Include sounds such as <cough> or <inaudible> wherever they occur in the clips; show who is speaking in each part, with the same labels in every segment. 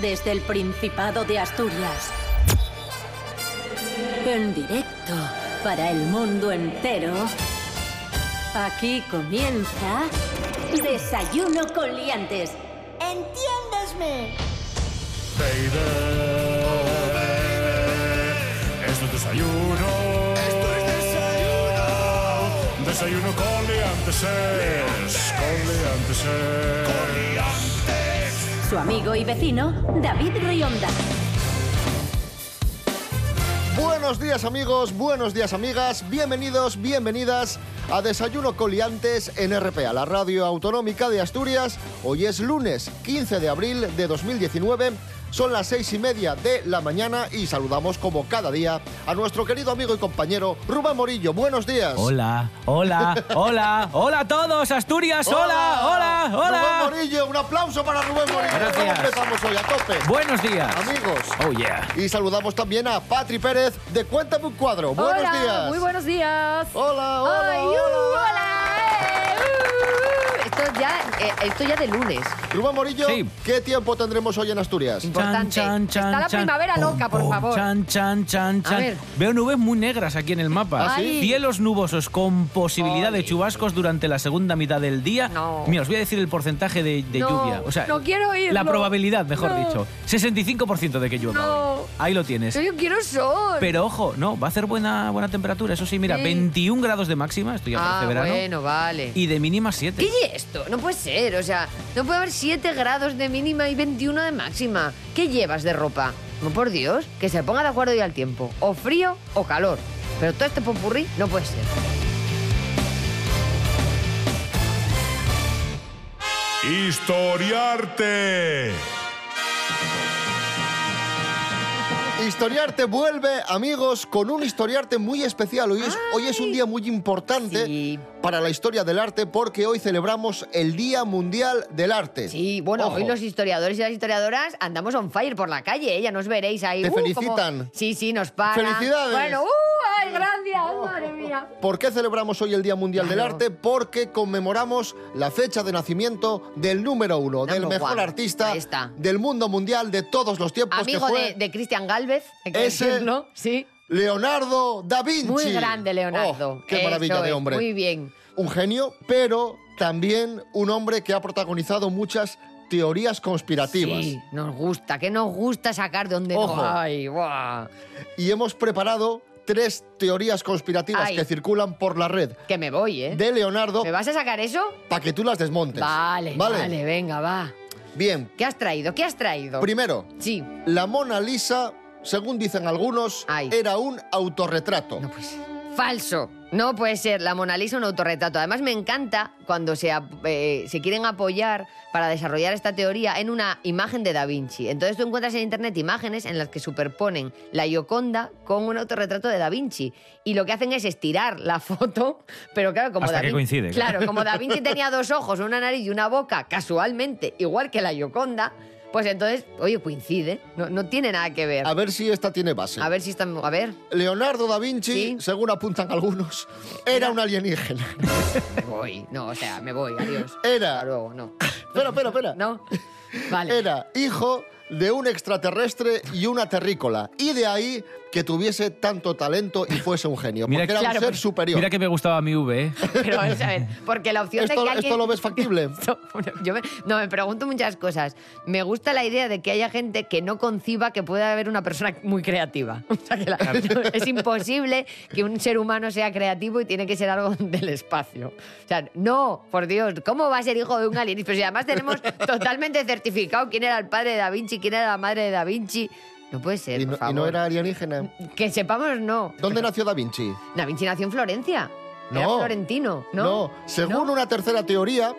Speaker 1: desde el Principado de Asturias. En directo para el mundo entero. Aquí comienza Desayuno con Liantes.
Speaker 2: ¡Entiéndesme!
Speaker 3: Baby, oh, baby, es un desayuno. Esto es desayuno. Desayuno con liantes. Con liantes.
Speaker 1: Su amigo y vecino, David Rionda.
Speaker 4: Buenos días amigos, buenos días amigas, bienvenidos, bienvenidas a Desayuno Coliantes en RPA, la radio autonómica de Asturias. Hoy es lunes 15 de abril de 2019, son las seis y media de la mañana y saludamos como cada día a nuestro querido amigo y compañero Rubén Morillo. Buenos días.
Speaker 5: Hola, hola, hola, hola a todos, Asturias, hola, hola,
Speaker 4: Rubén
Speaker 5: hola.
Speaker 4: Morillo, un aplauso para Rubén Morillo.
Speaker 5: Gracias.
Speaker 4: ¿Cómo empezamos hoy a tope.
Speaker 5: Buenos días.
Speaker 4: Amigos.
Speaker 5: Oh yeah.
Speaker 4: Y saludamos también a Patri Pérez de Cuéntame un cuadro. Buenos
Speaker 6: hola,
Speaker 4: días.
Speaker 6: Muy buenos días.
Speaker 4: Hola, hola.
Speaker 6: Ay, uh, hola, eh, uh. Esto ya, eh, esto ya de lunes.
Speaker 4: Rubén Morillo,
Speaker 5: Sí.
Speaker 4: ¿qué tiempo tendremos hoy en Asturias?
Speaker 6: Importante. Está la primavera loca, por
Speaker 5: pom,
Speaker 6: favor.
Speaker 5: Chan, chan, chan, chan.
Speaker 6: ver.
Speaker 5: Veo nubes muy negras aquí en el mapa.
Speaker 4: ¿Ah, sí? Ay.
Speaker 5: Cielos nubosos con posibilidad de
Speaker 6: Ay.
Speaker 5: chubascos durante la segunda mitad del día.
Speaker 6: No.
Speaker 5: Mira, os voy a decir el porcentaje de, de
Speaker 6: No,
Speaker 5: lluvia. O sea,
Speaker 6: no quiero
Speaker 5: La
Speaker 6: oírlo.
Speaker 5: probabilidad, mejor
Speaker 6: No.
Speaker 5: dicho. 65% de que llueva.
Speaker 6: No.
Speaker 5: hoy. Ahí lo tienes.
Speaker 6: Yo quiero sol.
Speaker 5: Pero ojo, no, va a hacer buena, buena temperatura. Eso sí, mira,
Speaker 6: Sí.
Speaker 5: 21 grados de máxima, esto ya
Speaker 6: ah,
Speaker 5: parece verano.
Speaker 6: bueno, vale.
Speaker 5: Y de mínima 7.
Speaker 6: ¿Qué es esto? No puede ser, o sea, no puede haber 7 grados de mínima y 21 de máxima. ¿Qué llevas de ropa? No, por Dios, que se ponga de acuerdo ya el tiempo. O frío o calor. Pero todo este popurrí no puede ser.
Speaker 3: Historiarte.
Speaker 4: Historiarte vuelve, amigos, con un historiarte muy especial. Hoy es, hoy es un día muy importante
Speaker 6: Sí.
Speaker 4: para la historia del arte porque hoy celebramos el Día Mundial del Arte.
Speaker 6: Sí, bueno,
Speaker 4: Ojo.
Speaker 6: hoy los historiadores y las historiadoras andamos on fire por la calle, ¿eh? ya nos veréis ahí.
Speaker 4: Te
Speaker 6: como-
Speaker 4: felicitan.
Speaker 6: Sí, sí, nos paran.
Speaker 4: ¡Felicidades! Pues
Speaker 6: Bueno, ¡uh! ¡Ay, gracias! ¡Madre mía!
Speaker 4: ¿Por qué celebramos hoy el Día Mundial del
Speaker 6: Claro.
Speaker 4: Arte? Porque conmemoramos la fecha de nacimiento del número uno, del
Speaker 6: Number
Speaker 4: mejor
Speaker 6: one.
Speaker 4: artista
Speaker 6: Ahí está.
Speaker 4: del mundo mundial de todos los tiempos,
Speaker 6: Amigo
Speaker 4: Pues que fue
Speaker 6: de, de Cristian Gálvez, hay que
Speaker 4: Ese-
Speaker 6: decirlo. Sí.
Speaker 4: Leonardo da Vinci.
Speaker 6: Muy grande, Leonardo.
Speaker 4: Oh, qué
Speaker 6: Eso
Speaker 4: maravilla de
Speaker 6: es,
Speaker 4: hombre.
Speaker 6: Muy bien.
Speaker 4: un genio, pero también un hombre que ha protagonizado muchas teorías conspirativas.
Speaker 6: Sí, nos gusta, que nos gusta sacar de donde
Speaker 4: Ojo.
Speaker 6: no. Ay, guau.
Speaker 4: Y hemos preparado tres teorías conspirativas
Speaker 6: Ay.
Speaker 4: que circulan por la red
Speaker 6: Que me voy, ¿eh?
Speaker 4: de Leonardo
Speaker 6: ¿Me vas a sacar eso?
Speaker 4: para que tú las desmontes.
Speaker 6: Vale, vale, venga, va.
Speaker 4: Bien,
Speaker 6: ¿Qué has traído? ¿Qué has traído?
Speaker 4: primero,
Speaker 6: sí.
Speaker 4: la Mona Lisa, según dicen algunos,
Speaker 6: Ay.
Speaker 4: era un autorretrato.
Speaker 6: No puede ser. Ah, pues. Falso. No puede ser. La Mona Lisa un autorretrato. Además, me encanta cuando se, ap- eh, se quieren apoyar para desarrollar esta teoría en una imagen de Da Vinci. Entonces tú encuentras en internet imágenes en las que superponen la Gioconda con un autorretrato de Da Vinci. Y lo que hacen es estirar la <laughs> foto, pero claro, como
Speaker 5: Hasta
Speaker 6: Da
Speaker 5: que
Speaker 6: Vinci-
Speaker 5: coincide, claro.
Speaker 6: Claro,
Speaker 5: <laughs>
Speaker 6: como Da Vinci tenía dos ojos, una nariz y una boca, casualmente, igual que la Gioconda, pues entonces, oye, coincide. No, no tiene nada que ver.
Speaker 4: A ver si esta tiene base.
Speaker 6: A ver si están. A ver.
Speaker 4: Leonardo da Vinci,
Speaker 6: Sí.
Speaker 4: según apuntan algunos, era un alienígena. <laughs>
Speaker 6: Me voy, no, o sea, me voy, adiós.
Speaker 4: Era.
Speaker 6: Hasta luego, no.
Speaker 4: espera, espera, espera. <laughs>
Speaker 6: No. Vale.
Speaker 4: Era hijo de un extraterrestre y una terrícola. Y de ahí que tuviese tanto talento y fuese un genio.
Speaker 5: Mira
Speaker 4: porque
Speaker 5: que- pues,
Speaker 4: era
Speaker 6: claro,
Speaker 4: un ser
Speaker 6: pero-
Speaker 4: superior.
Speaker 5: Mira que me gustaba mi V, ¿eh?
Speaker 6: Pero vamos a ver, porque la opción de
Speaker 4: esto,
Speaker 6: que alguien.
Speaker 4: esto lo ves factible.
Speaker 6: Esto- yo me- <laughs> no, me pregunto muchas cosas. Me gusta la idea de que haya gente que no conciba que pueda haber una persona muy creativa. <laughs> O sea, que la- es imposible que un ser humano sea creativo y tiene que ser algo <laughs> del espacio. O sea, no, por Dios, ¿cómo va a ser hijo de un alienígena? Pero si además
Speaker 4: <laughs>
Speaker 6: tenemos totalmente certificado quién era el padre de Da Vinci, quién era la madre de Da Vinci. No puede ser,
Speaker 4: y, no,
Speaker 6: por favor.
Speaker 4: y no era alienígena.
Speaker 6: Que sepamos, no.
Speaker 4: ¿Dónde nació Da Vinci?
Speaker 6: Da Vinci nació en Florencia. Era
Speaker 4: No.
Speaker 6: florentino, ¿no?
Speaker 4: Según
Speaker 6: ¿No?
Speaker 4: una tercera teoría,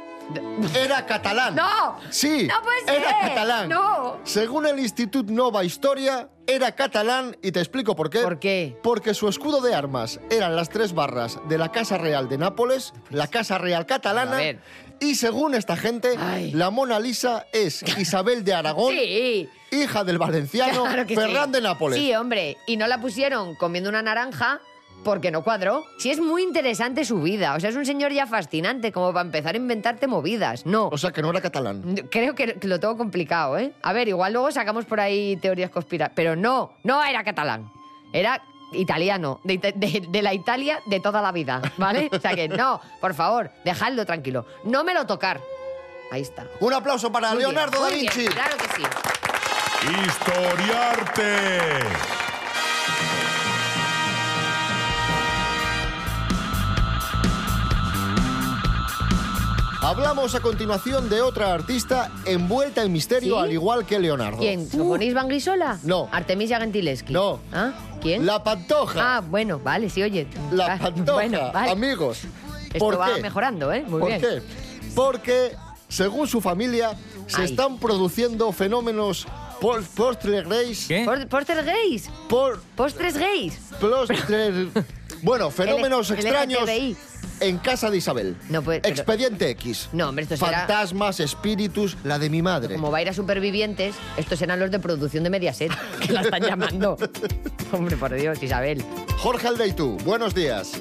Speaker 4: era catalán.
Speaker 6: ¡No!
Speaker 4: Sí,
Speaker 6: ¡No puede ser!
Speaker 4: era catalán.
Speaker 6: ¡No!
Speaker 4: Según el Institut Nova Historia, era catalán y te explico por qué.
Speaker 6: ¿Por qué?
Speaker 4: Porque su escudo de armas eran las tres barras de la Casa Real de Nápoles, la Casa Real
Speaker 6: A
Speaker 4: catalana.
Speaker 6: ver.
Speaker 4: Y según esta gente,
Speaker 6: Ay.
Speaker 4: la Mona Lisa
Speaker 6: <laughs>
Speaker 4: es Isabel de Aragón,
Speaker 6: Sí.
Speaker 4: hija del valenciano
Speaker 6: Claro que sí.
Speaker 4: Ferran de Nápoles.
Speaker 6: Sí, hombre. Y no la pusieron comiendo una naranja porque no cuadró. Si es muy interesante su vida, o sea, es un señor ya fascinante como para empezar a inventarte movidas. No,
Speaker 4: O sea, que no era catalán.
Speaker 6: creo que lo tengo complicado, ¿eh? A ver, igual luego sacamos por ahí teorías conspirativas, pero no, no era catalán, era italiano, de, Ita- de- de la Italia de toda la vida, ¿vale? O sea que no, por favor, dejadlo tranquilo, no me lo tocar. Ahí está.
Speaker 4: Un aplauso para
Speaker 6: Muy bien,
Speaker 4: Leonardo
Speaker 6: muy
Speaker 4: da
Speaker 6: bien,
Speaker 4: Vinci.
Speaker 6: claro que sí.
Speaker 3: Historiarte.
Speaker 4: Hablamos a continuación de otra artista envuelta en misterio,
Speaker 6: ¿Sí?
Speaker 4: al igual que Leonardo.
Speaker 6: ¿Quién? ¿Sofonis Van Grisola?
Speaker 4: No.
Speaker 6: ¿Artemisia Gentileschi?
Speaker 4: No.
Speaker 6: ¿Ah? ¿Quién?
Speaker 4: La Pantoja.
Speaker 6: Ah, bueno, vale, sí, oye.
Speaker 4: la
Speaker 6: Ah,
Speaker 4: Pantoja,
Speaker 6: Bueno, vale.
Speaker 4: amigos.
Speaker 6: Esto
Speaker 4: ¿Por
Speaker 6: va
Speaker 4: qué?
Speaker 6: mejorando, ¿eh? Muy
Speaker 4: ¿Por
Speaker 6: bien.
Speaker 4: qué? Porque, según su familia, se
Speaker 6: Ay.
Speaker 4: están produciendo fenómenos por- postre gays.
Speaker 5: ¿Qué?
Speaker 6: Por- ¿Póster gays?
Speaker 4: Por
Speaker 6: ¿Postres gays? <laughs>
Speaker 4: postre- bueno, fenómenos
Speaker 6: L-
Speaker 4: extraños
Speaker 6: LGTBI.
Speaker 4: en casa de Isabel.
Speaker 6: No puede- pero-
Speaker 4: Expediente X.
Speaker 6: No, hombre, esto será-
Speaker 4: Fantasmas, espíritus, la de mi madre.
Speaker 6: Como va a ir a Supervivientes, estos eran los de producción de Mediaset, <laughs> que la están <laughs> llamando. Hombre, por Dios, Isabel.
Speaker 4: Jorge Aldeitu, buenos días.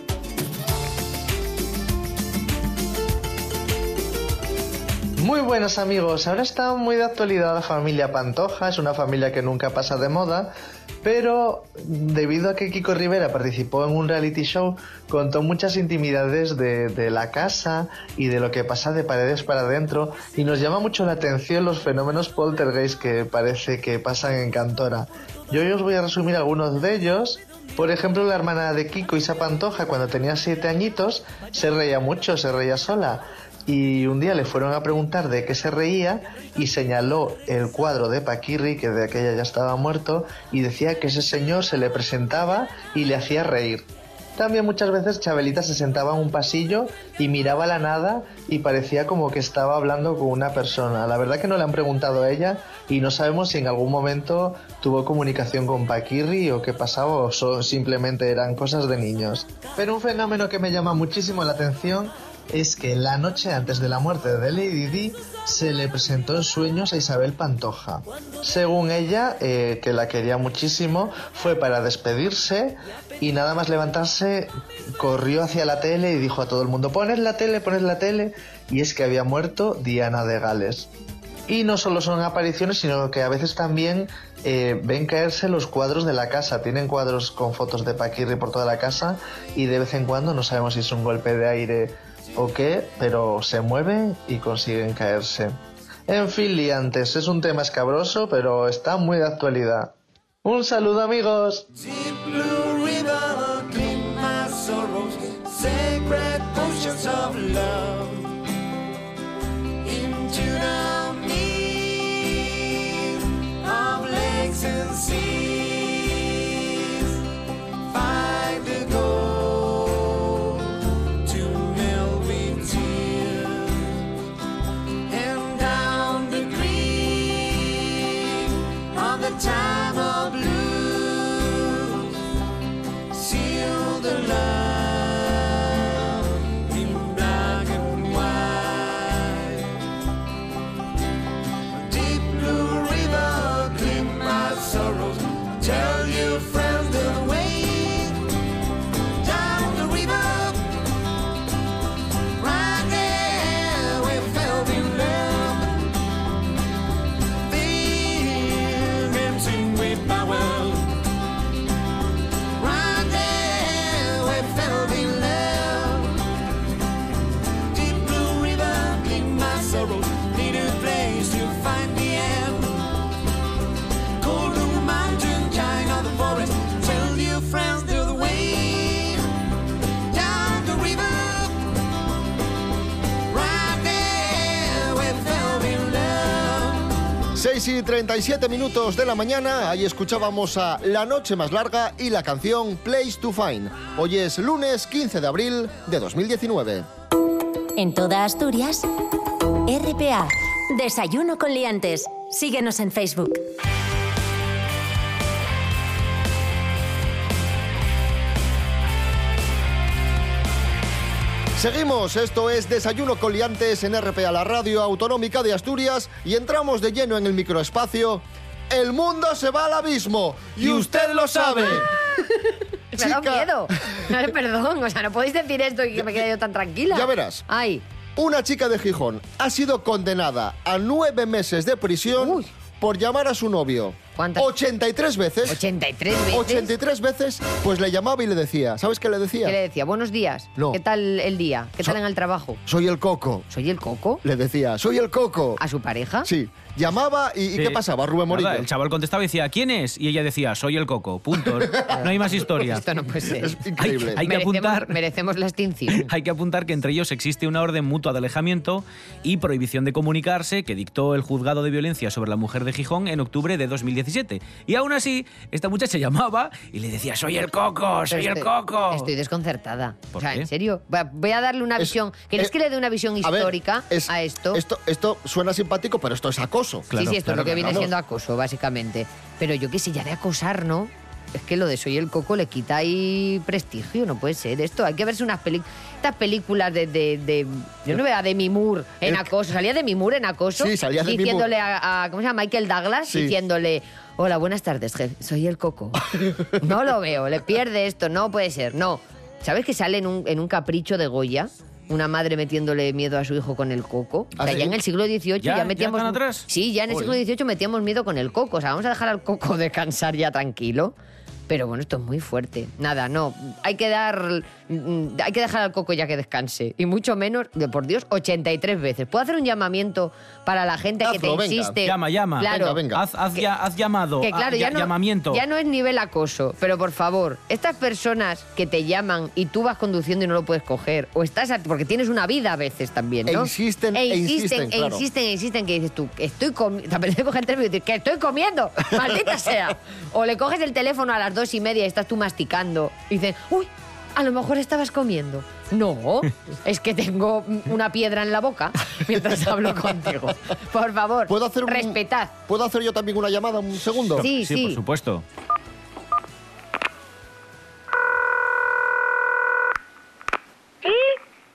Speaker 7: Muy buenos amigos, ahora está muy de actualidad la familia Pantoja, es una familia que nunca pasa de moda, pero debido a que Kiko Rivera participó en un reality show, contó muchas intimidades de, de la casa y de lo que pasa de paredes para adentro y nos llama mucho la atención los fenómenos poltergeist que parece que pasan en Cantora. Yo hoy os voy a resumir algunos de ellos. Por ejemplo, la hermana de Kiko, Isa Pantoja, cuando tenía 7 añitos, se reía mucho, se reía sola y un día le fueron a preguntar de qué se reía y señaló el cuadro de Paquirri, que de aquella ya estaba muerto, y decía que ese señor se le presentaba y le hacía reír. También muchas veces Chabelita se sentaba en un pasillo y miraba a la nada y parecía como que estaba hablando con una persona. La verdad que no le han preguntado a ella y no sabemos si en algún momento tuvo comunicación con Paquirri o qué pasaba o so- simplemente eran cosas de niños. Pero un fenómeno que me llama muchísimo la atención es que la noche antes de la muerte de Lady Di se le presentó en sueños a Isabel Pantoja. Según ella, eh, que la quería muchísimo, fue para despedirse y nada más levantarse corrió hacia la tele y dijo a todo el mundo, poned la tele, poned la tele, y es que había muerto Diana de Gales. Y no solo son apariciones, sino que a veces también eh, ven caerse los cuadros de la casa. Tienen cuadros con fotos de Paquirri por toda la casa y de vez en cuando, no sabemos si es un golpe de aire o qué, pero se mueven y consiguen caerse. En fin, liantes, es un tema escabroso, pero está muy de actualidad. Un saludo amigos.
Speaker 4: Seis y 37 minutos de la mañana, ahí escuchábamos a La Noche Más Larga y la canción Place to Find. Hoy es lunes 15 de abril de 2019.
Speaker 1: En toda Asturias, RPA, Desayuno con Liantes. Síguenos en Facebook.
Speaker 4: Seguimos, esto es Desayuno con Liantes en RPA, la radio autonómica de Asturias, y entramos de lleno en el microespacio. El mundo se va al abismo, y usted lo sabe.
Speaker 6: Me ha dado <laughs>
Speaker 4: Chica.
Speaker 6: miedo. No, Perdón, o sea, no podéis decir esto y que me quede yo tan tranquila.
Speaker 4: Ya verás.
Speaker 6: Ay,
Speaker 4: Una chica de Gijón ha sido condenada a nueve meses de prisión
Speaker 6: Uy.
Speaker 4: por llamar a su novio.
Speaker 6: ¿Cuántas?
Speaker 4: 83 veces.
Speaker 6: 83 veces.
Speaker 4: 83 veces, pues le llamaba y le decía. ¿Sabes qué le decía?
Speaker 6: ¿Qué le decía? Buenos días.
Speaker 4: No.
Speaker 6: ¿Qué tal el día? ¿Qué
Speaker 4: So-
Speaker 6: tal en el trabajo?
Speaker 4: Soy el coco.
Speaker 6: ¿Soy el coco?
Speaker 4: Le decía, soy el coco.
Speaker 6: ¿A su pareja?
Speaker 4: Sí. Llamaba y, ¿y
Speaker 5: Sí.
Speaker 4: ¿qué pasaba? Rubén
Speaker 5: Nada,
Speaker 4: Morillo.
Speaker 5: el chaval contestaba y decía, ¿quién es? Y ella decía, soy el coco, punto. No hay más historia.
Speaker 6: Esto no puede ser.
Speaker 4: Es increíble.
Speaker 5: Hay que
Speaker 6: Merecemos-
Speaker 5: apuntar.
Speaker 6: Merecemos la extinción.
Speaker 5: Hay que apuntar que entre ellos existe una orden mutua de alejamiento y prohibición de comunicarse que dictó el juzgado de violencia sobre la mujer de Gijón en octubre de 2017. Y aún así, esta muchacha llamaba y le decía, soy el coco, soy
Speaker 6: Pero
Speaker 5: el
Speaker 6: estoy-
Speaker 5: coco.
Speaker 6: Estoy desconcertada.
Speaker 5: ¿Por
Speaker 6: o sea,
Speaker 5: qué?
Speaker 6: en serio. Va- Voy a darle una
Speaker 4: Es-
Speaker 6: visión. ¿Queréis
Speaker 4: es-
Speaker 6: que le dé una visión
Speaker 4: A ver,
Speaker 6: histórica a,
Speaker 4: es-
Speaker 6: esto?
Speaker 4: esto. Esto suena simpático, pero esto es acoso.
Speaker 5: Claro,
Speaker 6: sí, sí, esto
Speaker 5: claro,
Speaker 6: es lo que viene
Speaker 4: vamos.
Speaker 6: siendo acoso, básicamente. Pero yo que sé, ya de acosar, ¿no? Es que lo de soy el coco le quita ahí prestigio, no puede ser esto. Hay que verse unas películas. Estas películas de, de, de- Yo no veo de Mimur en
Speaker 4: El-
Speaker 6: acoso. Salía de Mimur en acoso.
Speaker 4: Sí, salía Demi Moore.
Speaker 6: Diciéndole a, a- ¿Cómo se llama? Michael Douglas.
Speaker 4: Sí.
Speaker 6: Diciéndole. Hola, buenas tardes, jefe. Soy el
Speaker 4: <laughs>
Speaker 6: coco. No lo veo, le pierde esto. No puede ser, no. ¿Sabes que sale en un, en un capricho de Goya? Una madre metiéndole miedo a su hijo con el coco. O
Speaker 4: ¿Ah,
Speaker 6: sea,
Speaker 4: sí?
Speaker 6: ya en el siglo XVIII
Speaker 5: ¿Ya?
Speaker 6: ya,
Speaker 5: ¿Ya
Speaker 6: metíamos...
Speaker 5: tan atrás?
Speaker 6: Sí, ya en el siglo XVIII metíamos miedo con el coco. O sea, vamos a dejar al coco <laughs> descansar ya tranquilo. Pero bueno, esto es muy fuerte. Nada, no. Hay que dar. mm, Hay que dejar al coco ya que descanse. Y mucho menos, de por Dios, 83 veces. ¿Puedo hacer un llamamiento para la gente que te
Speaker 4: Hazlo, venga.
Speaker 6: insiste?
Speaker 5: Llama, llama.
Speaker 6: Claro.
Speaker 4: Venga, venga.
Speaker 5: Haz, haz ya- haz llamado.
Speaker 6: Que claro,
Speaker 5: ah,
Speaker 6: ya,
Speaker 5: ya-
Speaker 6: no,
Speaker 5: llamamiento.
Speaker 6: ya no es nivel acoso, pero por favor, estas personas que te llaman y tú vas conduciendo y no lo puedes coger, o estás, a- porque tienes una vida a veces también, ¿no?
Speaker 4: E insisten, e insisten,
Speaker 6: e
Speaker 4: claro.
Speaker 6: insisten, e insisten, que dices tú, estoy <laughs> comiendo, te apetece coger el teléfono y decir, que estoy
Speaker 4: <laughs>
Speaker 6: comiendo, maldita sea. O le coges el teléfono a las dos y media y estás tú masticando y dices, uy, a lo mejor estabas comiendo.
Speaker 4: <laughs>
Speaker 6: No, es que tengo una piedra en la boca mientras hablo
Speaker 4: <laughs>
Speaker 6: contigo. Por favor,
Speaker 4: ¿Puedo hacer un-
Speaker 6: respetad.
Speaker 4: ¿Puedo hacer yo también una llamada, un segundo?
Speaker 6: Sí, sí.
Speaker 5: por supuesto.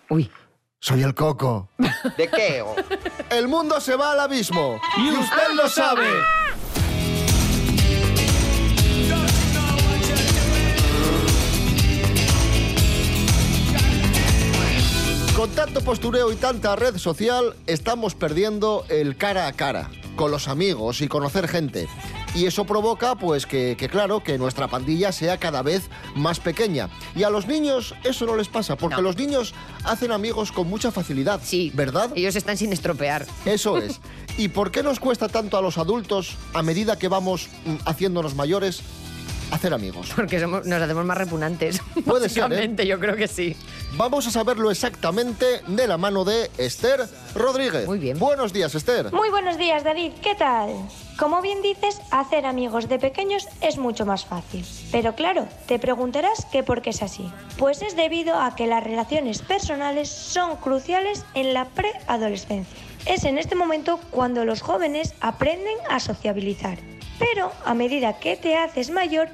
Speaker 6: Uy.
Speaker 4: Soy
Speaker 6: <laughs>
Speaker 4: el coco.
Speaker 7: ¿De qué? o?
Speaker 4: El mundo se va al abismo. Y usted lo sabe. Con tanto postureo y tanta red social, estamos perdiendo el cara a cara, con los amigos y conocer gente. Y eso provoca, pues, que, que claro, que nuestra pandilla sea cada vez más pequeña. Y a los niños eso no les pasa, porque
Speaker 6: No.
Speaker 4: los niños hacen amigos con mucha facilidad.
Speaker 6: Sí.
Speaker 4: ¿Verdad?
Speaker 6: Ellos están sin estropear.
Speaker 4: Eso es. ¿Y por qué nos cuesta tanto a los adultos, a medida que vamos mm, haciéndonos mayores, hacer amigos?
Speaker 6: Porque somos, nos hacemos más repugnantes. <laughs>
Speaker 4: Puede ser, ¿eh?
Speaker 6: Básicamente, yo creo que sí.
Speaker 4: Vamos a saberlo exactamente de la mano de Esther Rodríguez.
Speaker 6: Muy bien.
Speaker 4: Buenos días, Esther.
Speaker 2: Muy buenos días, David. ¿Qué tal? Como bien dices, hacer amigos de pequeños es mucho más fácil. Pero claro, te preguntarás que por qué es así. Pues es debido a que las relaciones personales son cruciales en la preadolescencia. Es en este momento cuando los jóvenes aprenden a sociabilizar. Pero a medida que te haces mayor,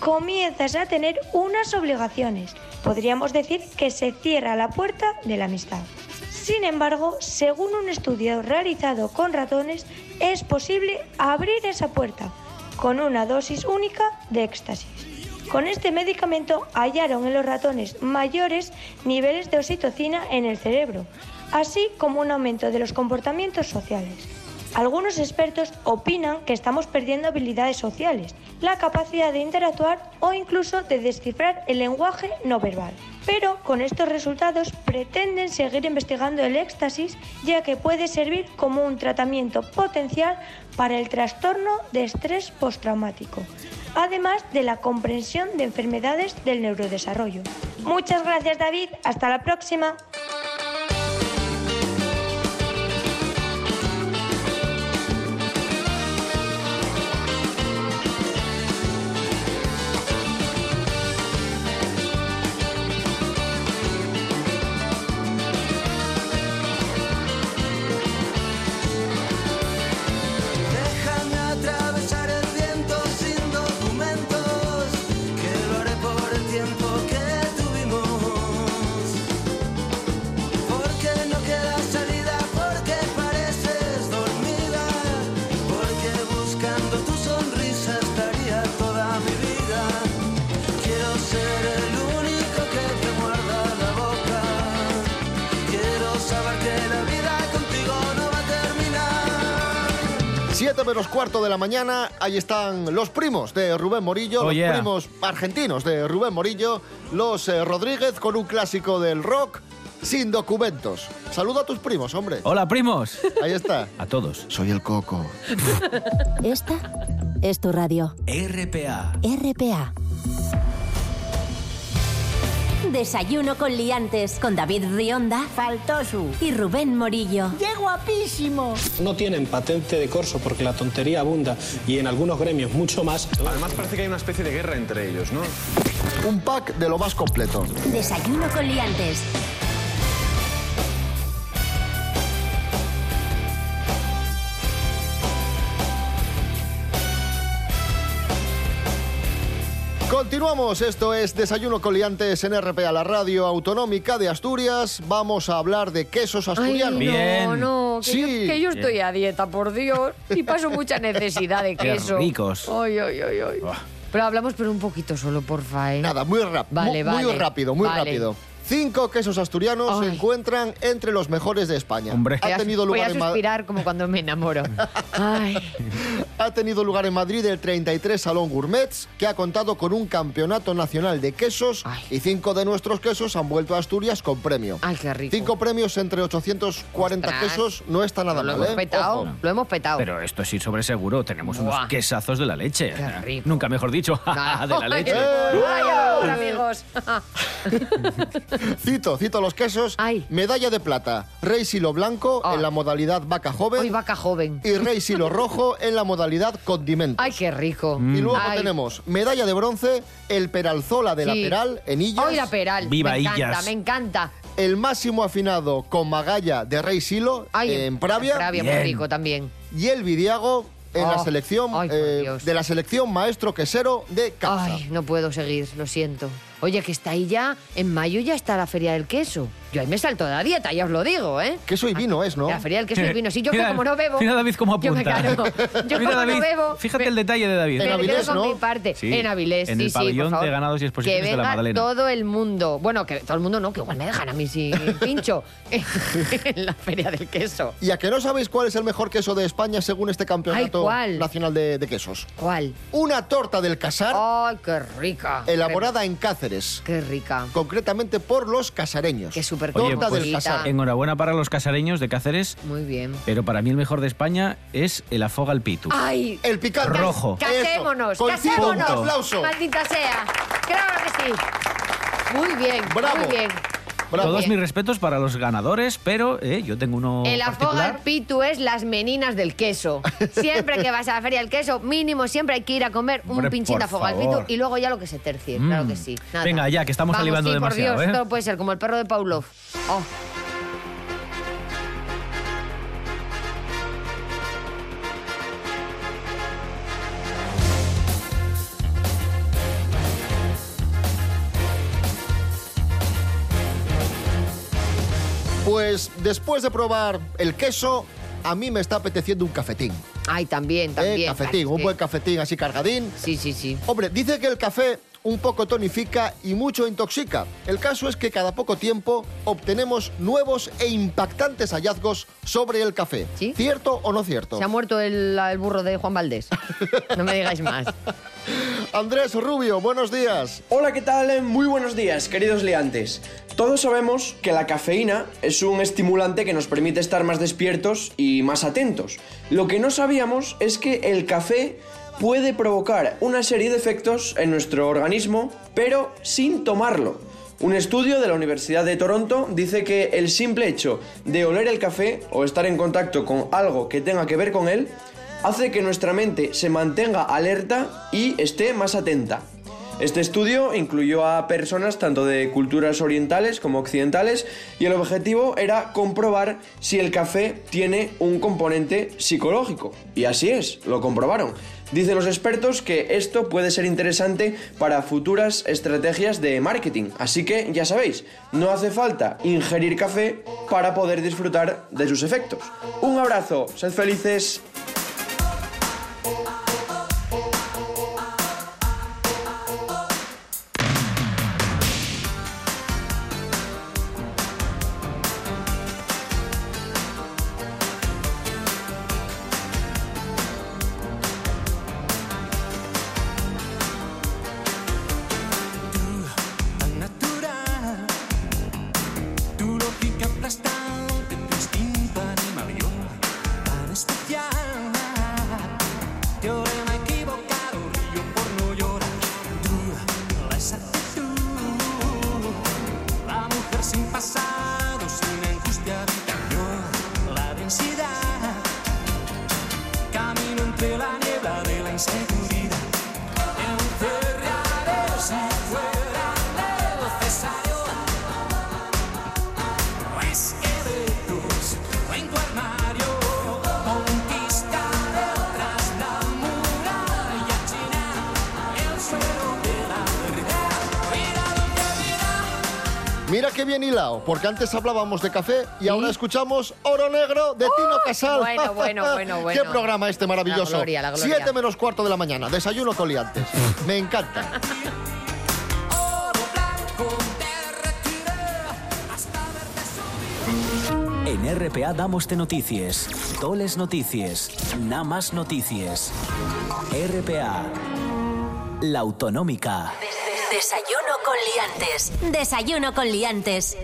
Speaker 2: comienzas a tener unas obligaciones. Podríamos decir que se cierra la puerta de la amistad. Sin embargo, según un estudio realizado con ratones, es posible abrir esa puerta con una dosis única de éxtasis. Con este medicamento hallaron en los ratones mayores niveles de oxitocina en el cerebro, así como un aumento de los comportamientos sociales. Algunos expertos opinan que estamos perdiendo habilidades sociales, la capacidad de interactuar o incluso de descifrar el lenguaje no verbal. Pero con estos resultados pretenden seguir investigando el éxtasis ya que puede servir como un tratamiento potencial para el trastorno de estrés postraumático, además de la comprensión de enfermedades del neurodesarrollo. Muchas gracias David, hasta la próxima.
Speaker 8: Déjame atravesar el viento sin documentos, que lo haré por el tiempo que tuvimos.
Speaker 4: 7 menos cuarto de la mañana, ahí están los primos de Rubén Morillo,
Speaker 5: Oh,
Speaker 4: los
Speaker 5: yeah.
Speaker 4: primos argentinos de Rubén Morillo, los eh, Rodríguez con un clásico del rock sin documentos. Saluda a tus primos, hombre.
Speaker 5: Hola, primos.
Speaker 4: Ahí está.
Speaker 5: A todos.
Speaker 4: Soy el Coco.
Speaker 1: Esta es tu radio.
Speaker 5: RPA.
Speaker 1: RPA. Desayuno con liantes con David Rionda
Speaker 9: Faltosu.
Speaker 1: y Rubén Morillo.
Speaker 9: ¡Qué guapísimo!
Speaker 10: No tienen patente de corso porque la tontería abunda y en algunos gremios mucho más.
Speaker 11: Además parece que hay una especie de guerra entre ellos, ¿no?
Speaker 4: Un pack de lo más completo.
Speaker 1: Desayuno con liantes.
Speaker 4: Continuamos, esto es Desayuno Coliantes en RPA, la radio autonómica de Asturias. Vamos a hablar de quesos
Speaker 6: Ay,
Speaker 4: asturianos.
Speaker 5: Bien.
Speaker 6: no, no, que,
Speaker 4: Sí.
Speaker 6: yo, que yo estoy a dieta, por Dios, y paso
Speaker 5: <laughs>
Speaker 6: mucha necesidad de
Speaker 5: Qué
Speaker 6: queso.
Speaker 5: ricos.
Speaker 6: Ay, ay, ay, ay. Pero hablamos pero un poquito solo, porfa, ¿eh?
Speaker 4: Nada, muy, rap-
Speaker 6: Vale,
Speaker 4: mu- muy
Speaker 6: vale.
Speaker 4: rápido, muy
Speaker 6: Vale.
Speaker 4: rápido. Cinco quesos asturianos se
Speaker 6: Ay.
Speaker 4: encuentran entre los mejores de España.
Speaker 5: Hombre.
Speaker 6: Voy
Speaker 4: Ha
Speaker 6: a-
Speaker 4: tenido,
Speaker 6: voy
Speaker 4: lugar
Speaker 6: a
Speaker 4: en Ma-
Speaker 6: suspirar como cuando me <laughs> enamoro. Ay,
Speaker 4: ha tenido lugar en Madrid el 33 Salón Gourmets, que ha contado con un campeonato nacional de quesos
Speaker 6: Ay.
Speaker 4: y cinco de nuestros quesos han vuelto a Asturias con premio.
Speaker 6: ay, qué rico.
Speaker 4: Cinco premios entre 840
Speaker 6: Ostras.
Speaker 4: quesos no está nada
Speaker 6: lo
Speaker 4: mal,
Speaker 6: hemos
Speaker 4: ¿eh?
Speaker 6: petado,
Speaker 4: Ojo.
Speaker 6: lo hemos petado.
Speaker 5: Pero esto sí, sobre seguro. Tenemos
Speaker 6: Buah.
Speaker 5: unos quesazos de la leche.
Speaker 6: Qué rico.
Speaker 5: Nunca mejor dicho. <laughs>
Speaker 6: Nada.
Speaker 5: de
Speaker 6: <laughs>
Speaker 5: la leche.
Speaker 6: Ay, ahora, <laughs> amigos.
Speaker 4: Cito, cito los quesos.
Speaker 6: Ay.
Speaker 4: Medalla de plata, rey silo blanco
Speaker 6: Ah.
Speaker 4: en la modalidad vaca joven
Speaker 6: Hoy vaca joven.
Speaker 4: y rey silo rojo en la modalidad condimento.
Speaker 6: Ay, qué rico.
Speaker 5: Mm.
Speaker 4: Y luego
Speaker 6: Ay.
Speaker 4: tenemos medalla de bronce, el Peralzola de la
Speaker 6: Sí.
Speaker 4: Peral en Illas,
Speaker 6: Hoy la peral.
Speaker 5: Viva
Speaker 6: me encanta,
Speaker 5: Illas.
Speaker 6: me encanta.
Speaker 4: el máximo afinado con magalla de Rey Silo eh,
Speaker 6: Ay,
Speaker 4: en Pravia
Speaker 6: muy
Speaker 5: Bien.
Speaker 6: rico también.
Speaker 4: y el Vidiago en la
Speaker 6: Oh,
Speaker 4: selección
Speaker 6: ay, por
Speaker 4: eh,
Speaker 6: Dios.
Speaker 4: de la selección maestro quesero de Capsa.
Speaker 6: Ay, no puedo seguir, lo siento. Oye, que está ahí ya, en mayo ya está la Feria del Queso. Yo ahí me salto de la dieta, ya os lo digo, ¿eh?
Speaker 4: Queso y vino es, ¿no?
Speaker 6: La Feria del Queso y
Speaker 5: Sí.
Speaker 6: vino. Sí, yo que
Speaker 5: Mira-
Speaker 6: como no bebo...
Speaker 5: Mira David cómo
Speaker 6: Yo me
Speaker 5: apunta. <laughs>
Speaker 6: caro. Yo
Speaker 5: Mira,
Speaker 6: como
Speaker 5: David,
Speaker 6: no bebo...
Speaker 5: Fíjate
Speaker 6: me-
Speaker 5: el detalle de David.
Speaker 4: En
Speaker 6: me
Speaker 4: Avilés,
Speaker 6: quedo con
Speaker 4: ¿no?
Speaker 6: mi parte.
Speaker 5: Sí,
Speaker 6: en Avilés,
Speaker 5: en
Speaker 6: sí,
Speaker 5: el
Speaker 6: sí, por
Speaker 5: pabellón de
Speaker 6: favor.
Speaker 5: ganados y exposiciones
Speaker 6: Que
Speaker 5: de la
Speaker 6: venga
Speaker 5: Madalena.
Speaker 6: todo el mundo. Bueno, que todo el mundo no, que igual me dejan a mí
Speaker 5: <laughs>
Speaker 6: sin pincho. <laughs> en la Feria del Queso.
Speaker 4: Y a que no sabéis cuál es el mejor queso de España según este campeonato
Speaker 6: ¿cuál?
Speaker 4: nacional de, de quesos.
Speaker 6: ¿Cuál?
Speaker 4: Una torta del casar
Speaker 6: ¡Ay, qué rica!
Speaker 4: elaborada en Cáceres,
Speaker 6: ¡Qué rica!
Speaker 4: concretamente por los casareños.
Speaker 6: ¡Qué súper
Speaker 5: Oye,
Speaker 4: torta
Speaker 5: pues,
Speaker 4: del casar.
Speaker 5: Enhorabuena para los casareños de Cáceres,
Speaker 6: Muy bien.
Speaker 5: pero para mí el mejor de España es el afoga al pitu.
Speaker 6: ¡Ay!
Speaker 4: El picante.
Speaker 5: Rojo.
Speaker 4: Eso.
Speaker 6: ¡Casémonos!
Speaker 4: Coincido.
Speaker 6: ¡Casémonos!
Speaker 4: Un aplauso.
Speaker 6: ¡Maldita sea! ¡Claro que sí! Muy bien,
Speaker 4: Bravo.
Speaker 6: muy bien.
Speaker 4: Bravo.
Speaker 5: Todos
Speaker 6: bien.
Speaker 5: mis respetos para los ganadores, pero eh, yo tengo uno
Speaker 6: El afoga
Speaker 5: particular.
Speaker 6: al pitu es las meninas del
Speaker 4: <laughs>
Speaker 6: queso. Siempre que vas a la feria del queso, mínimo siempre hay que ir a comer un
Speaker 5: Hombre,
Speaker 6: pinchín de
Speaker 5: por
Speaker 6: afoga al pitu
Speaker 5: favor.
Speaker 6: y luego ya lo que se tercie,
Speaker 5: Mm.
Speaker 6: claro que sí. Nada.
Speaker 5: Venga, ya, que estamos
Speaker 6: Vamos,
Speaker 5: salivando
Speaker 6: sí,
Speaker 5: demasiado,
Speaker 6: por Dios,
Speaker 5: ¿eh?
Speaker 6: esto no puede ser, como el perro de Pavlov. Oh.
Speaker 4: Pues después de probar el queso, a mí me está apeteciendo un cafetín.
Speaker 6: Ay, también,
Speaker 4: ¿eh?
Speaker 6: también.
Speaker 4: Cafetín,
Speaker 6: Claro,
Speaker 4: un
Speaker 6: sí.
Speaker 4: buen cafetín así cargadín.
Speaker 6: Sí, sí, sí.
Speaker 4: Hombre, dice que el café un poco tonifica y mucho intoxica. El caso es que cada poco tiempo obtenemos nuevos e impactantes hallazgos sobre el café.
Speaker 6: ¿Sí?
Speaker 4: ¿Cierto o no cierto?
Speaker 6: Se ha muerto el, el burro de Juan
Speaker 4: <laughs>
Speaker 6: Valdés. No me digáis más.
Speaker 4: Andrés Rubio, buenos días.
Speaker 10: Hola, ¿qué tal? Muy buenos días, queridos leantes. Todos sabemos que la cafeína es un estimulante que nos permite estar más despiertos y más atentos. Lo que no sabíamos es que el café puede provocar una serie de efectos en nuestro organismo, pero sin tomarlo. Un estudio de la Universidad de Toronto dice que el simple hecho de oler el café o estar en contacto con algo que tenga que ver con él hace que nuestra mente se mantenga alerta y esté más atenta. Este estudio incluyó a personas tanto de culturas orientales como occidentales y el objetivo era comprobar si el café tiene un componente psicológico. Y así es, lo comprobaron. Dicen los expertos que esto puede ser interesante para futuras estrategias de marketing. Así que ya sabéis, no hace falta ingerir café para poder disfrutar de sus efectos. Un abrazo, sed felices.
Speaker 8: Teorema equivocado, río por no llorar. Dura la exactitud. La mujer sin pasado, sin angustia, cambió la densidad. Camino entre la niebla de la inseguridad. Encerraré si fuera necesario. Pues que de tus en tu armario conquistaré tras la muralla china el suelo de la verdad. Cuidado que
Speaker 4: Mira qué bien hilado, porque antes hablábamos de café y ahora escuchamos Oro Negro de Tino Casal.
Speaker 6: bueno, bueno, bueno, bueno.
Speaker 4: <laughs> Qué programa este maravilloso.
Speaker 6: La gloria, la gloria.
Speaker 4: Siete menos cuarto de la mañana, desayuno
Speaker 6: <laughs>
Speaker 4: coliantes. Me encanta.
Speaker 12: En RPA damoste noticias, toles noticias, nada más noticias. RPA, la autonómica.
Speaker 1: Desayuno con liantes. Desayuno con liantes.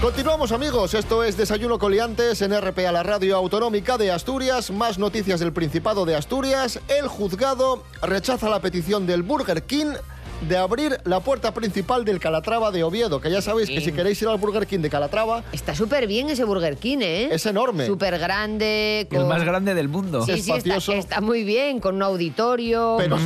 Speaker 4: Continuamos amigos, esto es Desayuno Coliantes en RPA, la radio autonómica de Asturias, más noticias del Principado de Asturias, el juzgado rechaza la petición del Burger King de abrir la puerta principal del Calatrava de Oviedo, que ya sabéis que si queréis ir al Burger King de Calatrava
Speaker 6: Está súper bien ese Burger King, ¿eh?
Speaker 4: es enorme.
Speaker 6: Súper grande.
Speaker 5: El más grande del mundo.
Speaker 6: Sí, sí, está,
Speaker 4: espacioso.
Speaker 6: está muy bien, con un auditorio.
Speaker 4: Pero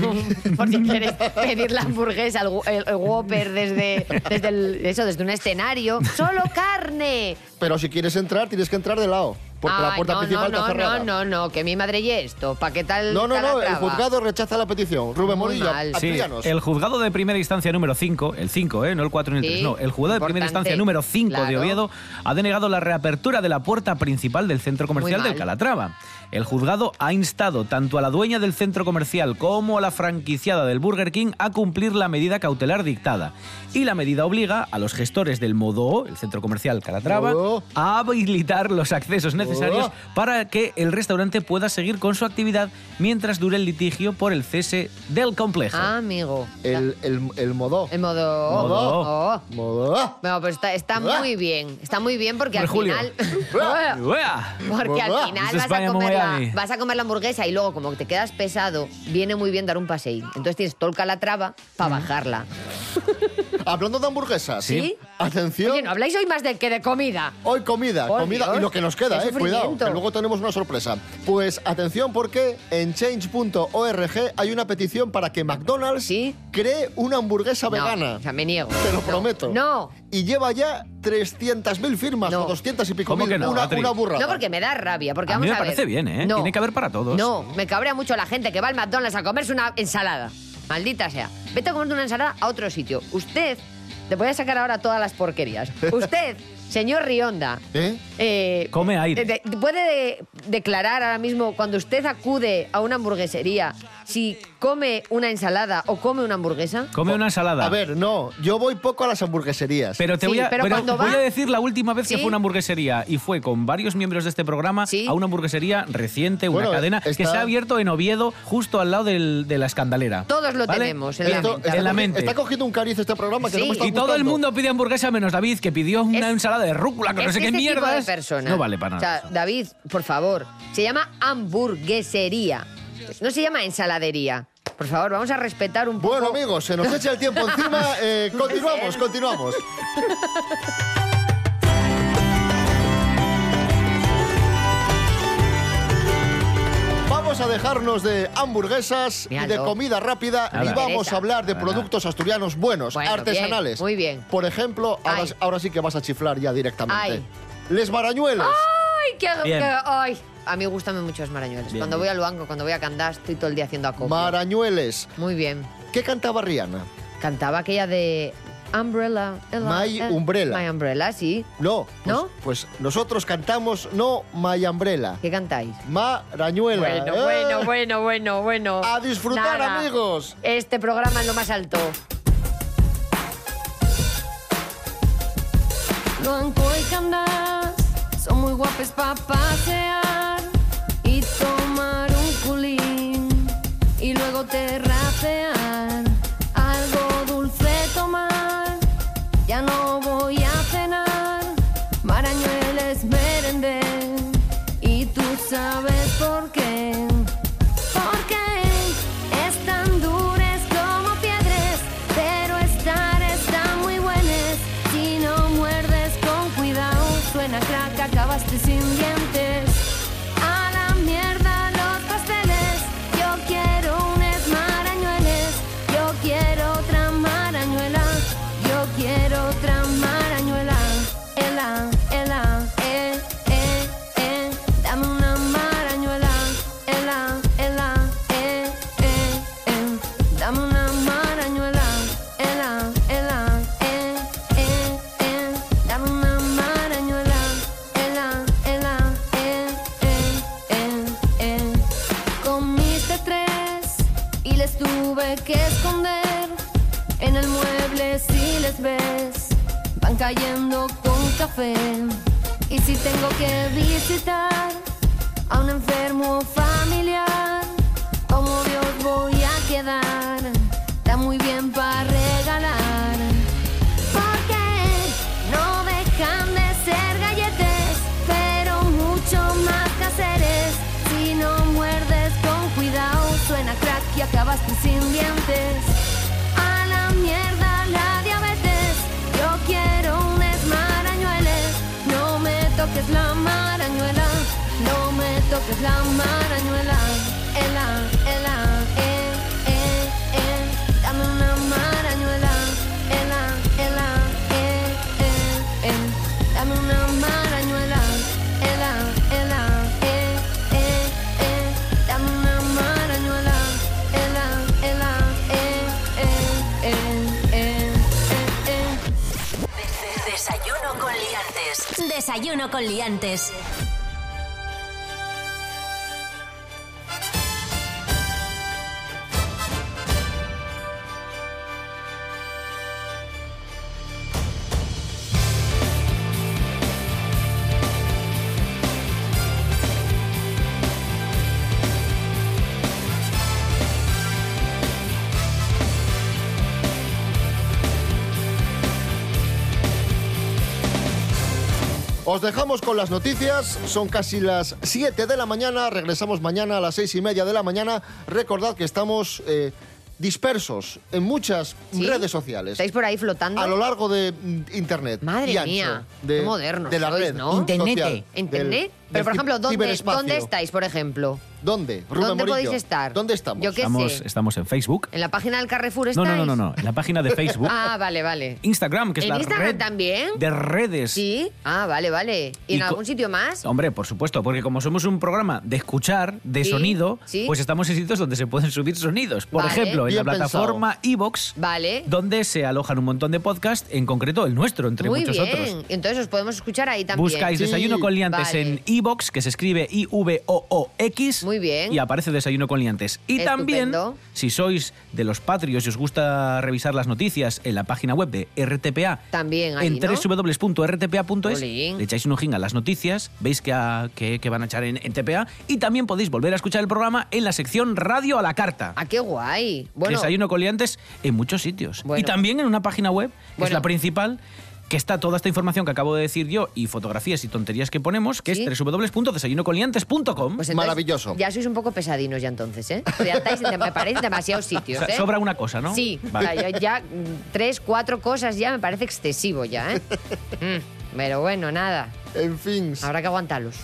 Speaker 6: Porque quieres pedir la hamburguesa, el, gu- el- el Whopper desde, desde, el- eso, desde un escenario. ¡Solo carne!
Speaker 4: Pero si quieres entrar, tienes que entrar de lado, porque la
Speaker 6: Ay,
Speaker 4: puerta
Speaker 6: no,
Speaker 4: principal
Speaker 6: no,
Speaker 4: está
Speaker 6: no,
Speaker 4: cerrada.
Speaker 6: No, no, no, que mi madre y esto. ¿Para qué tal?
Speaker 4: No, no, no, el
Speaker 6: Calatrava?
Speaker 4: juzgado rechaza la petición. Rubén
Speaker 6: Muy
Speaker 4: Morillo,
Speaker 6: mal.
Speaker 5: Sí,
Speaker 4: amplíanos.
Speaker 5: el juzgado de primera instancia número 5, el 5, ¿eh? no el 4 ni el
Speaker 6: Sí,
Speaker 5: 3, no, el juzgado de primera
Speaker 6: importante,
Speaker 5: instancia número 5 de
Speaker 6: claro.
Speaker 5: Oviedo ha denegado la reapertura de la puerta principal del centro comercial
Speaker 6: mal.
Speaker 5: del Calatrava. El juzgado ha instado tanto a la dueña del centro comercial como a la franquiciada del Burger King a cumplir la medida cautelar dictada. Y la medida obliga a los gestores del Modo, el centro comercial Calatrava,
Speaker 4: Oh.
Speaker 5: a habilitar los accesos necesarios para que el restaurante pueda seguir con su actividad mientras dure el litigio por el cese del complejo.
Speaker 6: Ah, amigo.
Speaker 4: El, el, el modó.
Speaker 6: El modo.
Speaker 5: Modo.
Speaker 6: Oh.
Speaker 4: Modó.
Speaker 6: Bueno, pero está, está
Speaker 4: Buah.
Speaker 6: muy bien. Está muy bien porque al
Speaker 5: Hombre, Julio.
Speaker 6: final.
Speaker 4: Buah.
Speaker 5: ¡Ua!
Speaker 6: Porque
Speaker 4: Buah.
Speaker 6: al final vas
Speaker 5: Dices
Speaker 6: a,
Speaker 5: España,
Speaker 6: comer la,
Speaker 5: Miami.
Speaker 6: vas a comer la hamburguesa y luego, como te quedas pesado, viene muy bien dar un paseín. Entonces tienes todo el calatrava para bajarla.
Speaker 4: Hablando de hamburguesas.
Speaker 6: Sí.
Speaker 4: Atención.
Speaker 6: Oye, ¿no habláis hoy más de que de comida?
Speaker 4: Hoy comida,
Speaker 6: Por
Speaker 4: comida
Speaker 6: Dios,
Speaker 4: y lo que nos queda,
Speaker 6: qué
Speaker 4: eh, cuidado,
Speaker 6: sufrimiento.
Speaker 4: que luego tenemos una sorpresa. Pues atención porque en change.org hay una petición para que McDonald's
Speaker 6: Sí.
Speaker 4: cree una hamburguesa vegana.
Speaker 6: No, o sea, me niego.
Speaker 4: Te lo
Speaker 6: No,
Speaker 4: prometo.
Speaker 6: No.
Speaker 4: Y lleva ya 300.000 firmas
Speaker 6: No.
Speaker 4: o 200 y pico
Speaker 5: ¿Cómo
Speaker 4: mil,
Speaker 5: que no,
Speaker 4: una,
Speaker 5: Beatriz?
Speaker 4: una burrada.
Speaker 6: No, porque me da rabia. Porque
Speaker 5: A mí
Speaker 6: vamos
Speaker 5: me
Speaker 6: ver.
Speaker 5: parece bien, ¿eh? Tiene que haber para todos.
Speaker 6: No, me cabrea mucho la gente que va al McDonald's a comerse una ensalada. Maldita sea. Vete a comerte una ensalada a otro sitio. Usted, te voy a sacar ahora todas las
Speaker 5: <laughs>
Speaker 6: porquerías. Usted, señor Rionda.
Speaker 4: ¿Eh?
Speaker 6: eh,
Speaker 5: Come aire.
Speaker 6: de- de- ¿Puede de- declarar ahora mismo cuando usted acude a una hamburguesería si come una ensalada o come una hamburguesa?
Speaker 5: Come una ensalada.
Speaker 4: A ver, no, yo voy poco a las hamburgueserías.
Speaker 5: Pero te
Speaker 6: Sí,
Speaker 5: voy, a,
Speaker 6: pero cuando
Speaker 5: voy
Speaker 6: va-
Speaker 5: a decir la última vez
Speaker 6: Sí.
Speaker 5: que fue a una hamburguesería y fue con varios miembros de este programa
Speaker 6: Sí.
Speaker 5: a una hamburguesería reciente, una
Speaker 4: Bueno,
Speaker 5: cadena que
Speaker 4: está-
Speaker 5: se ha abierto en Oviedo justo al lado del- de la escandalera.
Speaker 6: Todos lo
Speaker 5: ¿Vale?
Speaker 6: tenemos en la
Speaker 4: Esto-
Speaker 6: mente.
Speaker 4: está,
Speaker 5: En la mente.
Speaker 4: está cogiendo un cariz este programa que
Speaker 6: Sí.
Speaker 4: no me está
Speaker 5: Y todo el
Speaker 4: gustando.
Speaker 5: mundo pide hamburguesa menos David, que pidió una
Speaker 6: Es-
Speaker 5: ensalada de rúcula con no
Speaker 6: Es
Speaker 5: sé
Speaker 6: que
Speaker 5: qué
Speaker 6: este
Speaker 5: mierda.
Speaker 6: tipo de persona-
Speaker 5: No vale para nada.
Speaker 6: O sea, David, por favor, se llama hamburguesería. Pues No se llama ensaladería. Por favor, vamos a respetar un poco.
Speaker 4: Bueno, amigos, se nos echa el tiempo encima.
Speaker 5: <laughs>
Speaker 4: eh, continuamos, continuamos. Vamos a dejarnos de hamburguesas y de
Speaker 6: Míralo.
Speaker 4: comida rápida
Speaker 5: Nada.
Speaker 4: y vamos
Speaker 6: Teresa.
Speaker 4: a hablar de productos asturianos buenos,
Speaker 6: Bueno,
Speaker 4: artesanales.
Speaker 6: bien, muy bien.
Speaker 4: Por ejemplo, ahora,
Speaker 6: Ay.
Speaker 4: ahora sí que vas a chiflar ya directamente.
Speaker 6: Ay. ¡Ah!
Speaker 4: Les Marañuelos.
Speaker 6: Ay, qué,
Speaker 5: Bien.
Speaker 6: qué- ay. A mí gustan mucho los marañuelos. cuando voy a Luango, cuando voy a Candás, estoy todo el día haciendo acopio.
Speaker 4: Marañueles.
Speaker 6: Muy bien.
Speaker 4: ¿Qué cantaba Rihanna?
Speaker 6: Cantaba aquella de Umbrella. ella-
Speaker 4: My
Speaker 6: eh,
Speaker 4: Umbrella.
Speaker 6: My Umbrella, sí.
Speaker 4: No. pues-
Speaker 6: ¿No?
Speaker 4: Pues nosotros cantamos no My Umbrella.
Speaker 6: ¿Qué cantáis?
Speaker 4: Marañuela.
Speaker 6: Bueno,
Speaker 4: ¡Eh!
Speaker 6: bueno, bueno, bueno, bueno.
Speaker 4: A disfrutar,
Speaker 6: Nada.
Speaker 4: amigos.
Speaker 6: Este programa es lo más alto.
Speaker 9: Luanco y Candás,
Speaker 13: guapes pa' pasear y tomar un culín y luego terracear, algo dulce tomar, ya no voy a cenar, marañueles merendé y tú sabes por qué. Porque están dures como piedras, pero estar están muy buenas. Si no muerdes con cuidado, suena crack, acabaste sin dientes. A la mierda los pasteles, yo quiero unas marañuelas, yo quiero otra marañuela, yo quiero otra marañuela. Ela, ela, eh, eh, eh, dame una marañuela. Ela, ela, eh, eh, eh, dame una marañuela. Ela, ela, eh, eh, eh, dame una marañuela. Ela, ela, eh, eh, eh, eh. Comiste tres y les tuve que esconder. En el mueble si les ves, van cayendo con café. Y si tengo que visitar a un enfermo familiar, como Dios voy a quedar, está muy bien para regalar. Porque no dejan de ser galletes, pero mucho más caseres. Si no muerdes con cuidado, suena crack y acabaste sin dientes. A la mierda la diabetes, yo quiero unas marañueles. No me toques la marañuela, no me toques la marañuela. Ela, ela, eh, eh, eh, dame una marañuela. Ela, ela, eh, eh, eh, dame una marañuela. Ela, ela, eh, eh, eh, dame una marañuela. Ela, ela, eh, eh, eh, eh, eh, eh.
Speaker 1: Desayuno con liantes. Desayuno con liantes.
Speaker 4: Os dejamos con las noticias, son casi las 7 de la mañana, regresamos mañana a las 6 y media de la mañana. Recordad que estamos eh, dispersos en muchas redes sociales.
Speaker 6: Estáis por ahí flotando.
Speaker 4: A lo largo de mm, Internet.
Speaker 6: Madre
Speaker 4: y ancho,
Speaker 6: mía,
Speaker 4: de,
Speaker 6: qué modernos
Speaker 4: de la
Speaker 6: sois,
Speaker 4: red
Speaker 6: ¿no?
Speaker 4: social,
Speaker 6: ¿Internet?
Speaker 4: del-
Speaker 6: Pero, por
Speaker 4: del
Speaker 6: ejemplo, ¿dónde,
Speaker 4: ciberespacio.
Speaker 6: ¿dónde estáis, por ejemplo?
Speaker 4: ¿Dónde? Rubén
Speaker 6: ¿Dónde
Speaker 4: Morillo?
Speaker 6: podéis estar?
Speaker 4: ¿Dónde estamos?
Speaker 6: Yo qué
Speaker 5: Estamos,
Speaker 6: sé.
Speaker 5: estamos en Facebook.
Speaker 6: ¿En la página del Carrefour
Speaker 5: No,
Speaker 6: estáis?
Speaker 5: no, no, no, no. En la página
Speaker 6: <laughs>
Speaker 5: de Facebook.
Speaker 6: Ah, vale, vale.
Speaker 5: Instagram, que es
Speaker 6: ¿En
Speaker 5: la
Speaker 6: Instagram
Speaker 5: red
Speaker 6: también?
Speaker 5: de redes.
Speaker 6: Sí. Ah, vale, vale. ¿Y,
Speaker 5: Y
Speaker 6: en
Speaker 5: co-
Speaker 6: algún sitio más?
Speaker 5: Hombre, por supuesto, porque como somos un programa de escuchar, de
Speaker 6: Sí,
Speaker 5: sonido,
Speaker 6: sí.
Speaker 5: pues estamos en sitios donde se pueden subir sonidos. Por
Speaker 6: Vale.
Speaker 5: ejemplo, en
Speaker 6: Bien
Speaker 5: la plataforma Evox,
Speaker 6: Vale.
Speaker 5: donde se alojan un montón de podcasts, en concreto el nuestro, entre
Speaker 6: Muy
Speaker 5: muchos
Speaker 6: bien.
Speaker 5: otros.
Speaker 6: Entonces os podemos escuchar ahí también.
Speaker 5: Buscáis Desayuno con Liantes
Speaker 6: Vale.
Speaker 5: en iVox, que se escribe I-V-O-O-X. Muy
Speaker 6: bien.
Speaker 5: Y aparece Desayuno con Liantes. Y también,
Speaker 6: Estupendo.
Speaker 5: si sois de los patrios y os gusta revisar las noticias en la página web de RTPA,
Speaker 6: También ahí,
Speaker 5: en
Speaker 6: ¿no?
Speaker 5: www.rtpa.es
Speaker 6: Jolín.
Speaker 5: le echáis un ojín a las noticias, veis que, a- que- que van a echar en, en TPA y también podéis volver a escuchar el programa en la sección Radio a la Carta.
Speaker 6: Ah, qué guay. Bueno,
Speaker 5: Desayuno con liantes en muchos sitios.
Speaker 6: Bueno.
Speaker 5: Y también en una página web, que es
Speaker 6: Bueno.
Speaker 5: la principal, que está toda esta información que acabo de decir yo y fotografías y tonterías que ponemos, que es www.desayunonconliantes.com.
Speaker 6: pues entonces, Ya sois un poco pesadinos ya entonces, ¿eh? Te atáis- te- me parecen demasiados
Speaker 5: O
Speaker 6: sitios,
Speaker 5: sea,
Speaker 6: ¿eh?
Speaker 5: sobra una cosa, ¿no?
Speaker 6: Sí.
Speaker 5: Vale.
Speaker 6: O sea, yo ya mm, tres, cuatro cosas ya me parece excesivo ya,
Speaker 4: <laughs>
Speaker 6: ¿eh? Mm, pero bueno, nada.
Speaker 4: En fin.
Speaker 6: Habrá que aguantarlos.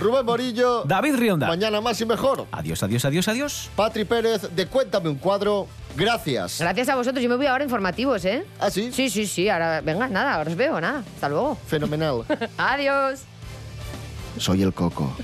Speaker 4: Rubén Morillo.
Speaker 5: David Rionda.
Speaker 4: Mañana más y mejor.
Speaker 5: Adiós, adiós, adiós, adiós.
Speaker 4: Patri Pérez, de Cuéntame un cuadro. Gracias.
Speaker 6: Gracias a vosotros. Yo me voy ahora a informativos, ¿eh?
Speaker 4: ¿Ah, sí?
Speaker 6: Sí, sí, sí. Ahora, venga, nada, ahora os veo, nada. Hasta luego.
Speaker 4: Fenomenal.
Speaker 6: Adiós.
Speaker 4: Soy el Coco.